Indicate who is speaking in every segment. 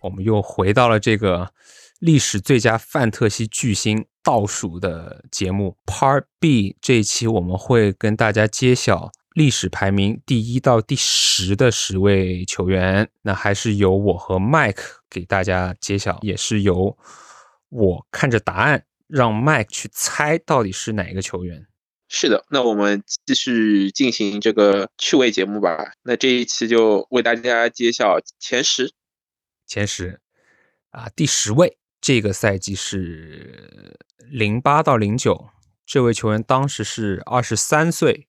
Speaker 1: 我们又回到了这个历史最佳范特西巨星倒数的节目 Part B 这一期，我们会跟大家揭晓历史排名第一到第十的十位球员。那还是由我和 Mike 给大家揭晓，也是由我看着答案让 Mike 去猜到底是哪个球员。
Speaker 2: 是的，那我们继续进行这个趣味节目吧。那这一期就为大家揭晓前十。
Speaker 1: 前十啊，第十位这个赛季是零八到零九，这位球员当时是二十三岁，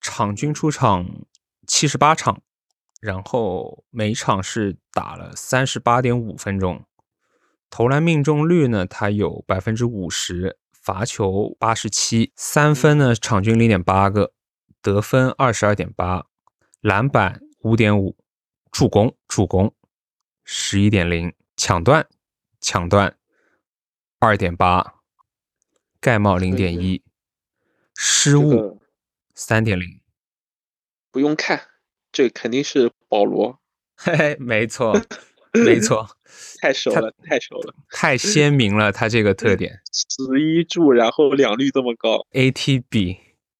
Speaker 1: 场均出场七十八场，然后每场是打了三十八点五分钟，投篮命中率呢，他有百分之五十，罚球八十七，三分呢场均零点八个，得分二十二点八，篮板五点五，助攻助攻。十一点零抢断，抢断二点八，盖帽零点一，失误三点零。
Speaker 2: 不用看，这肯定是保罗。
Speaker 1: 嘿嘿，没 错，没错，
Speaker 2: 太熟了，太熟了，
Speaker 1: 太鲜明了，他这个特 点。
Speaker 2: 十一助，然后两率这么高
Speaker 1: ，ATB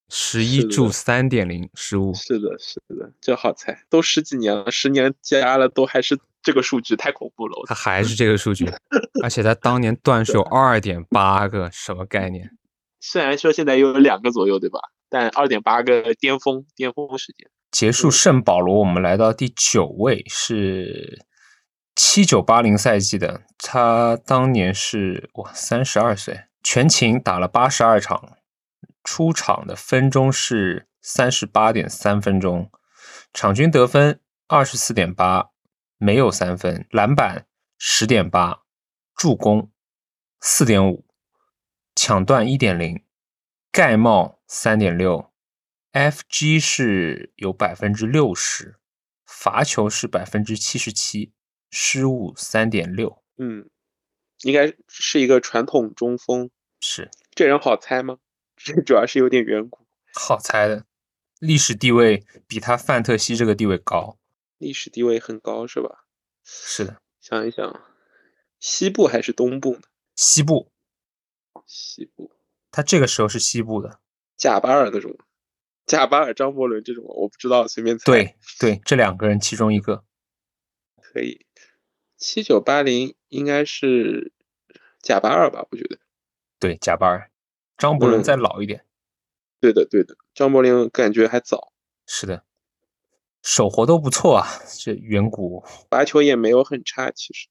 Speaker 1: 十一助三点零失误。
Speaker 2: 是的，是的，这好猜，都十几年了，十年加了都还是。这个数据太恐怖了，
Speaker 1: 他还是这个数据， 而且他当年段数有二点八个，什么概念？
Speaker 2: 虽然说现在有两个左右，对吧？但二点八个巅峰，巅峰时间。
Speaker 1: 结束圣保罗，我们来到第九位，是七九八零赛季的，他当年是哇三十二岁，全勤打了八十二场，出场的分钟是三十八点三分钟，场均得分二十四点八。没有三分，篮板十点八，助攻四点五，抢断一点零，盖帽三点六，FG 是有百分之六十，罚球是百分之七十七，失误三点六。
Speaker 2: 嗯，应该是一个传统中锋。
Speaker 1: 是，
Speaker 2: 这人好猜吗？ 这主要是有点远古。
Speaker 1: 好猜的，历史地位比他范特西这个地位高。
Speaker 2: 历史地位很高是吧？
Speaker 1: 是的，
Speaker 2: 想一想，西部还是东部呢？
Speaker 1: 西部，
Speaker 2: 西部，
Speaker 1: 他这个时候是西部的，
Speaker 2: 贾巴尔那种，贾巴尔、张伯伦这种，我不知道，随便猜。
Speaker 1: 对对，这两个人其中一个
Speaker 2: 可以。七九八零应该是贾巴尔吧？我觉得。
Speaker 1: 对，贾巴尔，张伯伦再老一点。嗯、
Speaker 2: 对的对的，张伯伦感觉还早。
Speaker 1: 是的。手活都不错啊，这远古
Speaker 2: 罚球也没有很差，其实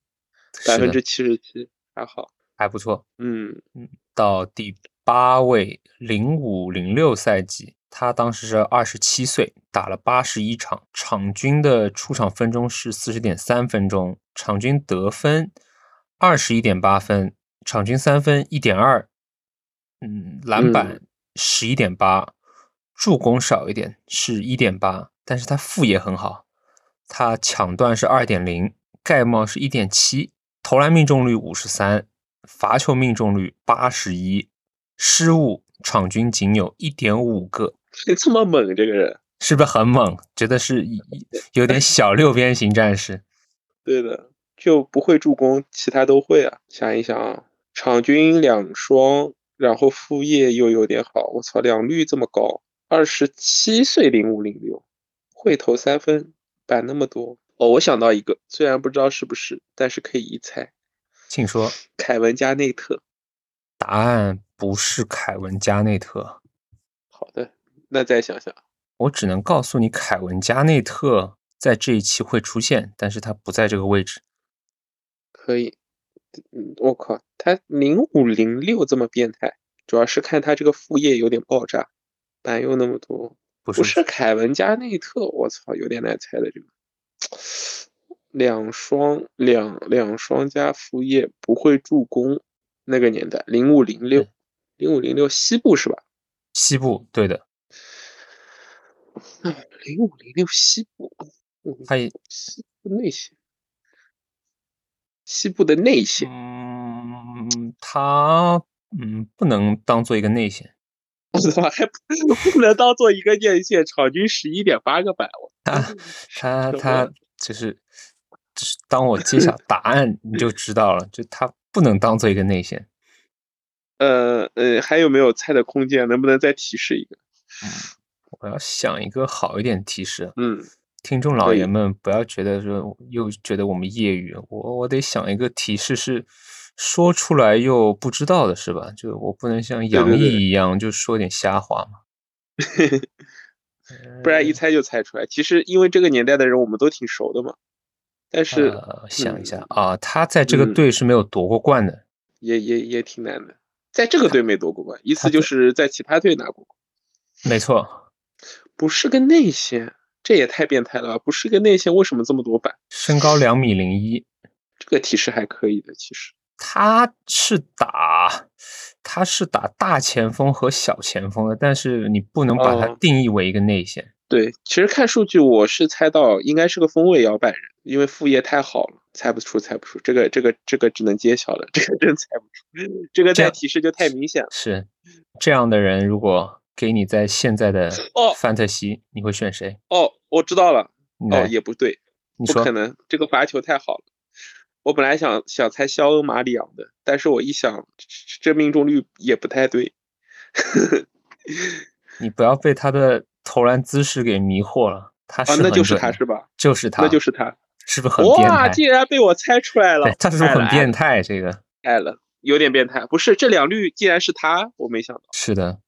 Speaker 2: 百分之七十七还好，
Speaker 1: 还不错。
Speaker 2: 嗯
Speaker 1: 嗯，到第八位，零五零六赛季，他当时是二十七岁，打了八十一场，场均的出场分钟是四十点三分钟，场均得分二十一点八分，场均三分一点二，嗯，篮板十一点八，助攻少一点是一点八。但是他副业很好，他抢断是二点零，盖帽是一点七，投篮命中率五十三，罚球命中率八十一，失误场均仅有一点五个。
Speaker 2: 这么猛，这个人
Speaker 1: 是不是很猛？觉得是有 点小六边形战士。
Speaker 2: 对的，就不会助攻，其他都会啊。想一想啊，场均两双，然后副业又有点好，我操，两率这么高，二十七岁零五零六。会投三分，板那么多哦！我想到一个，虽然不知道是不是，但是可以一猜，
Speaker 1: 请说。
Speaker 2: 凯文加内特，
Speaker 1: 答案不是凯文加内特。
Speaker 2: 好的，那再想想。
Speaker 1: 我只能告诉你，凯文加内特在这一期会出现，但是他不在这个位置。
Speaker 2: 可以，嗯，我靠，他零五零六这么变态，主要是看他这个副业有点爆炸，板又那么多。
Speaker 1: 不
Speaker 2: 是,
Speaker 1: 不
Speaker 2: 是凯文加内特，我操，有点难猜的这个。两双两两双加副业不会助攻，那个年代零五零六零五零六西部是吧？
Speaker 1: 西部对的。
Speaker 2: 啊零五零六西部，哦
Speaker 1: 他也
Speaker 2: 西部内线，哦西部的内线。
Speaker 1: 嗯，他嗯不能当做一个内线。
Speaker 2: 我操，还 不能当做一个内线，场均十一点八个板。
Speaker 1: 他他他就是当我揭晓答案，你就知道了，就他不能当做一个内线。
Speaker 2: 呃呃，还有没有猜的空间？能不能再提示一个？
Speaker 1: 我要想一个好一点的提示，
Speaker 2: 嗯，
Speaker 1: 听众老
Speaker 2: 可以
Speaker 1: 爷们不要觉得说又觉得我们业余，我我得想一个提示是说出来又不知道的是吧？就我不能像杨
Speaker 2: 对对
Speaker 1: 毅一样就说点瞎话嘛，
Speaker 2: 不然一猜就猜出来。其实因为这个年代的人我们都挺熟的嘛，但是嗯
Speaker 1: 呃，想一下啊，他在这个队是没有夺过冠的，
Speaker 2: 也也也挺难的。在这个队没夺过冠，一次就是在其他队拿过冠，
Speaker 1: 没错，
Speaker 2: 不是个内线，这也太变态了吧！不是个内线，为什么这么多板？
Speaker 1: 身高两米零一，
Speaker 2: 这个提示还可以的，其实
Speaker 1: 他是打他是打大前锋和小前锋的，但是你不能把它
Speaker 2: 哦
Speaker 1: 定义为一个内线。
Speaker 2: 对。其实看数据，我是猜到应该是个锋卫摇摆人，因为副业太好了，猜不出，猜不出。这个这个这个只能揭晓了，这个真猜不出。这
Speaker 1: 这
Speaker 2: 个再
Speaker 1: 样
Speaker 2: 提示就太明显了。
Speaker 1: 是这样的人，如果给你在现在的
Speaker 2: 哦
Speaker 1: 范特西，你会选谁？
Speaker 2: 哦，我知道了。
Speaker 1: 你
Speaker 2: 哦，
Speaker 1: 来，
Speaker 2: 也不对，
Speaker 1: 你
Speaker 2: 不
Speaker 1: 说
Speaker 2: 可能，这个罚球太好了。我本来想想猜肖恩马里昂的，但是我一想，这这命中率也不太对。
Speaker 1: 你不要被他的投篮姿势给迷惑了，他是
Speaker 2: 啊，
Speaker 1: 很
Speaker 2: 那
Speaker 1: 准的，
Speaker 2: 就是他是吧？
Speaker 1: 就是他，
Speaker 2: 那就是他。
Speaker 1: 是不是很变
Speaker 2: 哇，
Speaker 1: 态？
Speaker 2: 竟然被我猜出来了
Speaker 1: 对，，他是不是
Speaker 2: 爱了
Speaker 1: 很变态？这个
Speaker 2: 爱了，有点变态。不是，这两率竟然是他，我没想到。
Speaker 1: 是的，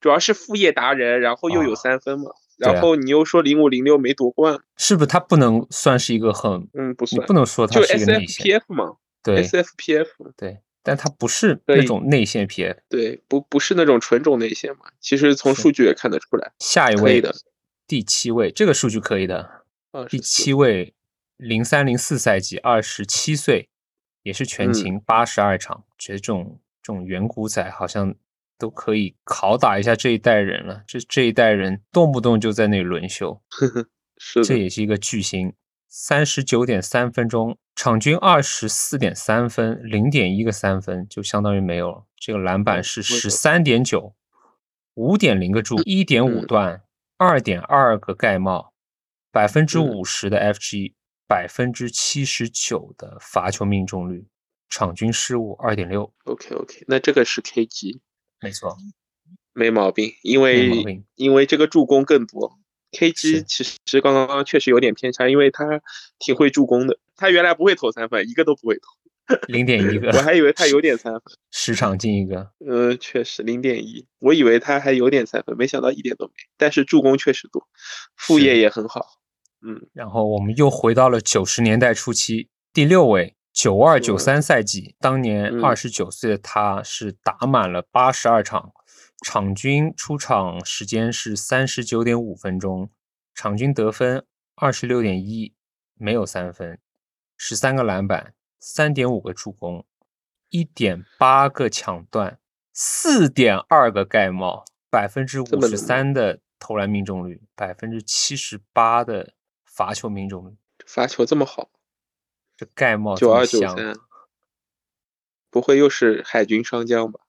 Speaker 2: 主要是副业达人，然后又有
Speaker 1: 啊
Speaker 2: 三分嘛，
Speaker 1: 对啊
Speaker 2: 然后你又说零五零六没夺冠，
Speaker 1: 是不是他不能算是一个很，
Speaker 2: 嗯，不
Speaker 1: 你
Speaker 2: 算，
Speaker 1: 不能说他
Speaker 2: 就是
Speaker 1: 一个内线，
Speaker 2: SFPF 嘛
Speaker 1: 对
Speaker 2: ，SFPF，
Speaker 1: 对，但他不是
Speaker 2: 可
Speaker 1: 那
Speaker 2: 以
Speaker 1: 种内线 PF。
Speaker 2: 对，不不是那种纯种内线嘛，其实从
Speaker 1: 是
Speaker 2: 数据也看得出来。
Speaker 1: 下一
Speaker 2: 可
Speaker 1: 位
Speaker 2: 以的
Speaker 1: 第七位，这个数据可以的，
Speaker 2: 二
Speaker 1: 第
Speaker 2: 十四
Speaker 1: 七位，零三零四赛季，二十七岁，也是全
Speaker 2: 嗯
Speaker 1: 勤八十二场。觉得这种这种远古仔好像都可以拷打一下这一代人了。这这一代人动不动就在那里轮休，
Speaker 2: 是
Speaker 1: 这
Speaker 2: 的，
Speaker 1: 也是一个巨星。三十九点三分钟，场均二十四点三分，零点一个三分，就相当于没有了。这个篮板
Speaker 2: 嗯
Speaker 1: 是
Speaker 2: 没
Speaker 1: 十
Speaker 2: 错
Speaker 1: 三点九，五点零个助，一点五
Speaker 2: 嗯
Speaker 1: 段，二点二个盖帽，百分之
Speaker 2: 嗯
Speaker 1: 五十的 FG，百分之七十九的罚球命中率，场均失误二点六，
Speaker 2: OK OK，那这个是 KG
Speaker 1: 没错，
Speaker 2: 没毛病，因
Speaker 1: 没毛
Speaker 2: 为
Speaker 1: 病。
Speaker 2: 因为这个助攻更多。
Speaker 1: 是
Speaker 2: KG 其实刚刚确实有点偏差，因为他挺会助攻的。他原来不会投三分，一个都不会投，
Speaker 1: 零点一个，
Speaker 2: 我还以为他有 点三分。
Speaker 1: 十场进一个，
Speaker 2: 呃，确实零点一，我以为他还有点三分，没想到一点都没。但是助攻确实多，副
Speaker 1: 是
Speaker 2: 业也很好。嗯，
Speaker 1: 然后我们又回到了九十年代初期，第六位，九二九三赛季，当年
Speaker 2: 嗯
Speaker 1: 二十九岁的他是打满了八十二场，场均出场时间是三十九点五分钟，场均得分二十六点一，没有三分，十三个篮板，三点五个助攻，一点八个抢断，四点二个盖帽，百分之
Speaker 2: 这
Speaker 1: 五
Speaker 2: 么
Speaker 1: 十
Speaker 2: 冷
Speaker 1: 三的投篮命中率，百分之七十八的罚球命中率。
Speaker 2: 罚球这么好，
Speaker 1: 这盖帽哦这
Speaker 2: 九
Speaker 1: 么
Speaker 2: 二九
Speaker 1: 香，
Speaker 2: 三，不会又是海军上将吧？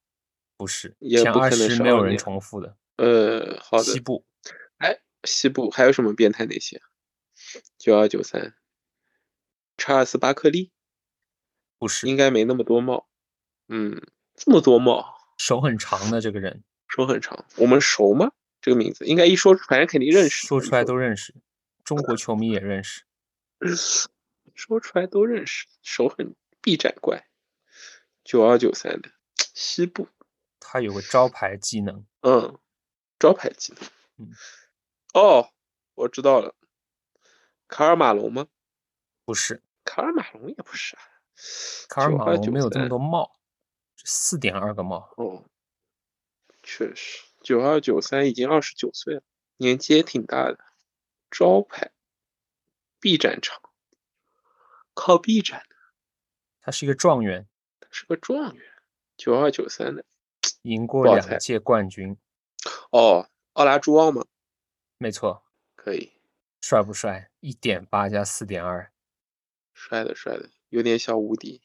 Speaker 1: 不是
Speaker 2: 也
Speaker 1: 前
Speaker 2: 不
Speaker 1: 二
Speaker 2: 可能
Speaker 1: 十
Speaker 2: 是
Speaker 1: 没有
Speaker 2: 奥
Speaker 1: 人
Speaker 2: 尼尔
Speaker 1: 重复的。
Speaker 2: 呃，好
Speaker 1: 西
Speaker 2: 的，
Speaker 1: 部
Speaker 2: 西部还有什么变态那些？九二九三，查尔斯巴克利
Speaker 1: 不是
Speaker 2: 应该没那么多帽，嗯，这么多帽，
Speaker 1: 手很长的这个人，
Speaker 2: 手很长，我们熟吗？这个名字应该一说，反正肯定认识。
Speaker 1: 说
Speaker 2: 一
Speaker 1: 出来都认识，中国球迷也认识。
Speaker 2: 说出来都认识，手很臂展怪，九二九三的西部，
Speaker 1: 他有个招牌技能，
Speaker 2: 嗯，招牌技能
Speaker 1: 嗯。
Speaker 2: 哦，我知道了，卡尔马龙吗？
Speaker 1: 不是
Speaker 2: 卡尔马龙也不是啊，
Speaker 1: 卡尔马龙
Speaker 2: 9293
Speaker 1: 没有这么多帽，四点二个帽。
Speaker 2: 哦，确实，九二九三已经二十九岁了，年纪也挺大的。招牌，B 展场，靠 B 展的，
Speaker 1: 他是一个状元，
Speaker 2: 他是个状元，九二九三的。
Speaker 1: 赢过
Speaker 2: 不好
Speaker 1: 两
Speaker 2: 猜
Speaker 1: 届冠军，
Speaker 2: 哦，奥拉朱旺吗？
Speaker 1: 没错，
Speaker 2: 可以，
Speaker 1: 帅不帅？一点八加四点二，
Speaker 2: 帅的帅的，有点小无敌，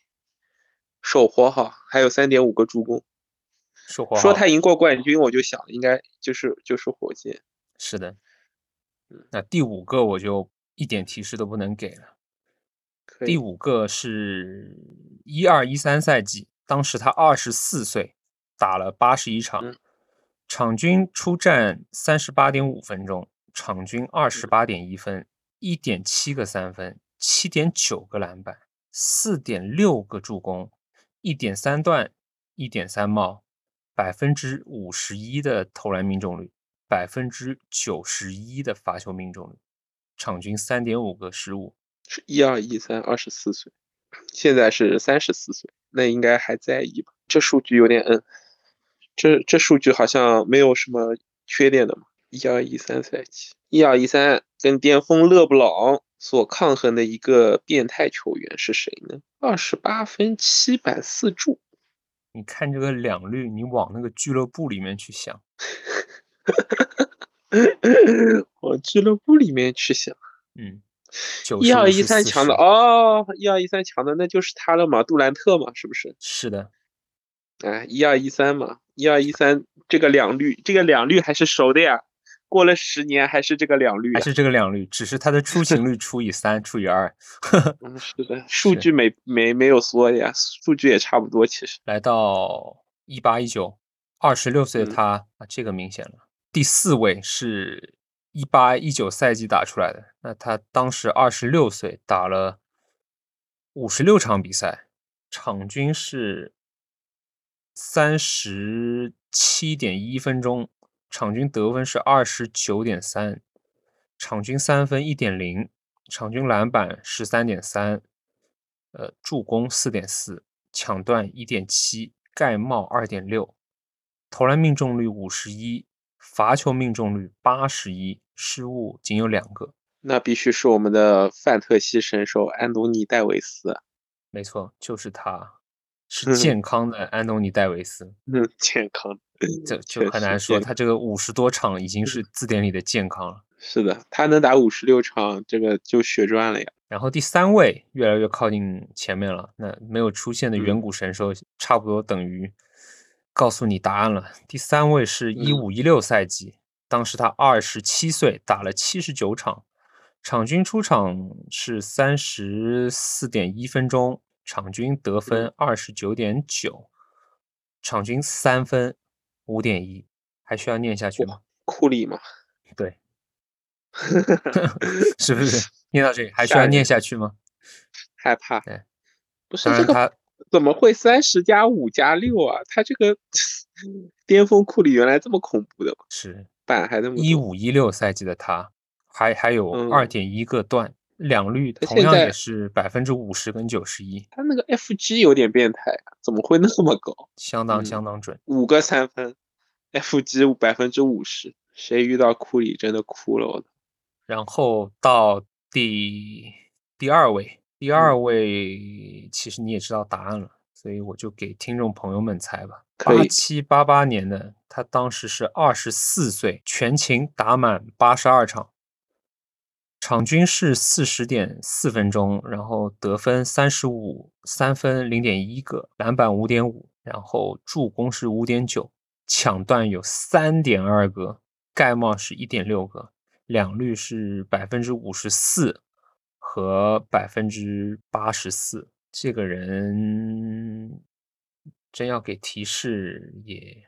Speaker 2: 手活好，还有三点五个助攻。
Speaker 1: 说话
Speaker 2: 说
Speaker 1: 好
Speaker 2: 他赢过冠军，我就想应该就是就是火箭。
Speaker 1: 是的
Speaker 2: 嗯。
Speaker 1: 那第五个我就一点提示都不能给了，
Speaker 2: 可以
Speaker 1: 第五个是一二一三赛季，当时他二十四岁，打了八十一场，
Speaker 2: 嗯
Speaker 1: 场均出战三十八点五分钟，场均二
Speaker 2: 嗯
Speaker 1: 十八点一分，一点七个三分，七点九个篮板，四点六个助攻，一点三断，一点三帽，百分之五十一的投篮命中率，百分之九十一的罚球命中率，场均三点五个失误。
Speaker 2: 是一二一三二十四岁，现在是三十四岁，那应该还在意吧？这数据有点嗯，这这数据好像没有什么缺点的嘛。一二一三赛季，一二一三跟巅峰勒布朗所抗衡的一个变态球员是谁呢？二十八分，七板四助，
Speaker 1: 你看这个两率，你往那个俱乐部里面去想，
Speaker 2: 往俱乐部里面去想。
Speaker 1: 嗯，九
Speaker 2: 一二一三强的，哦，一二一三强的那就是他了嘛，杜兰特嘛，是不是？
Speaker 1: 是的，
Speaker 2: 哎，一二一三嘛，一二一三这个两率，这个两率还是熟的呀。过了十年还是这个两率、
Speaker 1: 还
Speaker 2: 啊，
Speaker 1: 是这个两率，只是它的 出勤率除以三除以二。
Speaker 2: 嗯，是的，数据没没没有缩的呀，数据也差不多其实。
Speaker 1: 来到一八一九，二十六岁的
Speaker 2: 嗯
Speaker 1: 他、啊，这个明显了。第四位是一八一九赛季打出来的，那他当时二十六岁，打了五十六场比赛，场均是三十七点一分钟，场均得分是二十九点三，场均三分一点零，场均篮板十三点三，呃，助攻四点四，抢断一点七，盖帽二点六，投篮命中率五十一，罚球命中率八十一，失误仅有两个。
Speaker 2: 那必须是我们的范特西神手安东尼戴维斯，
Speaker 1: 没错，就是他，是健康的安东尼戴维斯。
Speaker 2: 嗯，健康，
Speaker 1: 这
Speaker 2: 确
Speaker 1: 这很
Speaker 2: 实
Speaker 1: 难说，
Speaker 2: 健
Speaker 1: 他这个五十多场已经是字典里的健康了。
Speaker 2: 是的，他能打五十六场，这个就血赚了呀。
Speaker 1: 然后第三位越来越靠近前面了，那没有出现的
Speaker 2: 嗯
Speaker 1: 远古神兽差不多等于告诉你答案了。第三位是
Speaker 2: 嗯
Speaker 1: 一五一六赛季，当时他二十七岁，打了七十九场，场均出场是三十四点一分钟，场均得
Speaker 2: 嗯
Speaker 1: 分二十九点九，场均三分五点一，还需要念下去吗？
Speaker 2: 库里嘛，
Speaker 1: 对，是不 是？念到这里还需
Speaker 2: 吓
Speaker 1: 要
Speaker 2: 人
Speaker 1: 念下去吗？
Speaker 2: 害怕
Speaker 1: 对，
Speaker 2: 不是
Speaker 1: 当
Speaker 2: 这
Speaker 1: 然
Speaker 2: 个
Speaker 1: 他。
Speaker 2: 怎么会三十加五加六啊？他这个
Speaker 1: 嗯
Speaker 2: 巅峰库里原来这么恐怖的吗
Speaker 1: 是
Speaker 2: 板还那么
Speaker 1: 一
Speaker 2: 多，
Speaker 1: 五一六赛季的他，还还有
Speaker 2: 嗯
Speaker 1: 二点一个段，两率
Speaker 2: 他
Speaker 1: 同
Speaker 2: 现
Speaker 1: 样也
Speaker 2: 在
Speaker 1: 是百分之五十跟九十一，
Speaker 2: 他那个 FG 有点变态啊，怎么会那么高？
Speaker 1: 相当
Speaker 2: 嗯
Speaker 1: 相当准。
Speaker 2: 五个三分，FG 百分之五十，谁遇到库里真的哭了我都。
Speaker 1: 然后到第第二位，第二
Speaker 2: 嗯
Speaker 1: 位其实你也知道答案了，所以我就给听众朋友们猜吧。
Speaker 2: 可
Speaker 1: 八
Speaker 2: 以
Speaker 1: 七八八年的，他当时是二十四岁，全勤打满八十二场，场均是四十点四分钟，然后得分三十五，三分零点一个，篮板五点五，然后助攻是五点九，抢断有三点二个，盖帽是一点六个，两率是百分之五十四和百分之八十四。这个人真要给提示也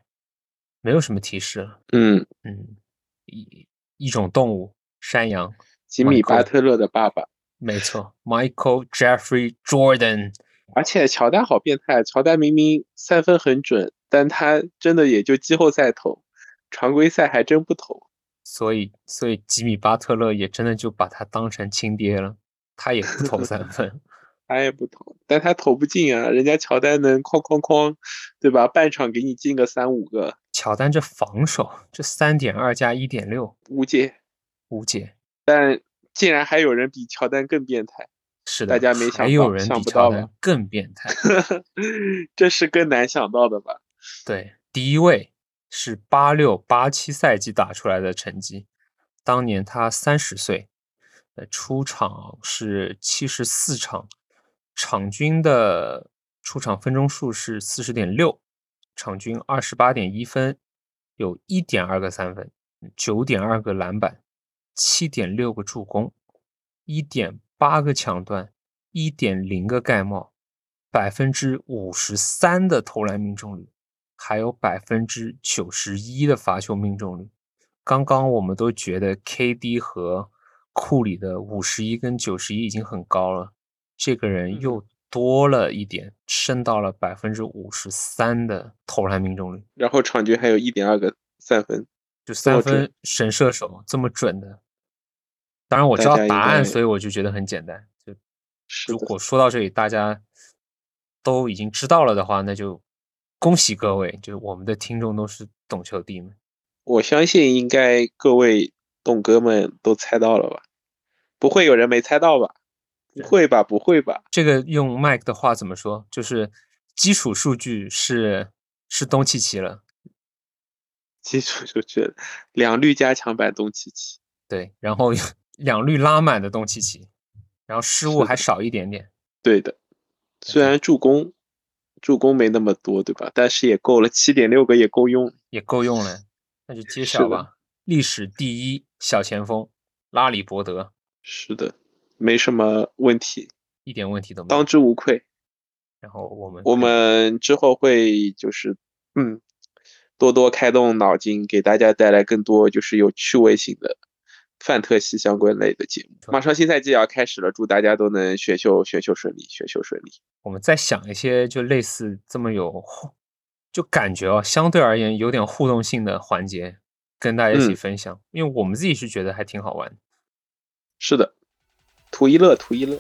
Speaker 1: 没有什么提示了，
Speaker 2: 嗯，
Speaker 1: 嗯，一一种动物山羊，
Speaker 2: 吉米
Speaker 1: Michael
Speaker 2: 巴特勒的爸爸，
Speaker 1: 没错，Michael Jeffrey Jordan。
Speaker 2: 而且乔丹好变态，乔丹明明三分很准，但他真的也就季后赛投，常规赛还真不投。
Speaker 1: 所以，所以吉米巴特勒也真的就把他当成亲爹了，他也不投三分。
Speaker 2: 他也不投，但他投不进啊，人家乔丹能哐哐哐，对吧？半场给你进个三五个，
Speaker 1: 乔丹这防守，这三点二加一点六
Speaker 2: 无解。
Speaker 1: 无解，
Speaker 2: 但竟然还有人比乔丹更变态，
Speaker 1: 是
Speaker 2: 大
Speaker 1: 的，
Speaker 2: 家没
Speaker 1: 还
Speaker 2: 想
Speaker 1: 有
Speaker 2: 到
Speaker 1: 人
Speaker 2: 想
Speaker 1: 比
Speaker 2: 不
Speaker 1: 乔
Speaker 2: 到
Speaker 1: 丹
Speaker 2: 吧
Speaker 1: 更变态。
Speaker 2: 这是更难想到的吧？
Speaker 1: 对，第一位是八六八七赛季打出来的成绩，当年他三十岁，呃，出场是七十四场，场均的出场分钟数是四十点六，场均二十八点一分，有一点二个三分，九点二个篮板，七点六个助攻，一点八个抢断，一点零个盖帽，百分之五十三的投篮命中率，还有百分之九十一的罚球命中率。刚刚我们都觉得 KD 和库里的五十一跟九十一已经很高了，这个
Speaker 2: 嗯
Speaker 1: 人又多了一点，升到了百分之五十三的投篮命中率，
Speaker 2: 然后场均还有一点二个三分，
Speaker 1: 就三
Speaker 2: 这么
Speaker 1: 分
Speaker 2: 准
Speaker 1: 神射手这么准的。当然我知道
Speaker 2: 大家应
Speaker 1: 答案，
Speaker 2: 该
Speaker 1: 所以我就觉得很简单。就是如
Speaker 2: 的，
Speaker 1: 果说到这里大家都已经知道了的话，那就恭喜各位，就是我们的听众都是懂球帝们。
Speaker 2: 我相信应该各位懂哥们都猜到了吧？不会有人没猜到吧？不会吧？不会吧？
Speaker 1: 这个用 Mike 的话怎么说？就是基础数据是是东契奇了，
Speaker 2: 基础就觉得两绿加强版东契奇，
Speaker 1: 对，然后两绿拉满的东契奇，然后失误
Speaker 2: 是
Speaker 1: 还
Speaker 2: 的
Speaker 1: 少一点点，
Speaker 2: 对的。虽然助攻助攻没那么多，对吧？但是也够了，七点六个也够用。
Speaker 1: 也够用了。那就揭
Speaker 2: 是
Speaker 1: 晓
Speaker 2: 的
Speaker 1: 吧，历史第一小前锋拉里伯德，
Speaker 2: 是的，嗯没什么问题，
Speaker 1: 一点问题都没
Speaker 2: 当
Speaker 1: 有。
Speaker 2: 之无愧。
Speaker 1: 然后我们
Speaker 2: 我
Speaker 1: 可以
Speaker 2: 们之后会就是嗯，多多开动脑筋，给大家带来更多就是有趣味性的范特西相关类的节目。马上新赛季也要开始了，祝大家都能选秀选秀顺利，选秀顺利。
Speaker 1: 我们再想一些就类似这么有互，就感觉哦，相对而言有点互动性的环节，跟大家一起
Speaker 2: 嗯
Speaker 1: 分享，因为我们自己是觉得还挺好玩的。
Speaker 2: 是的，图一乐，图一乐。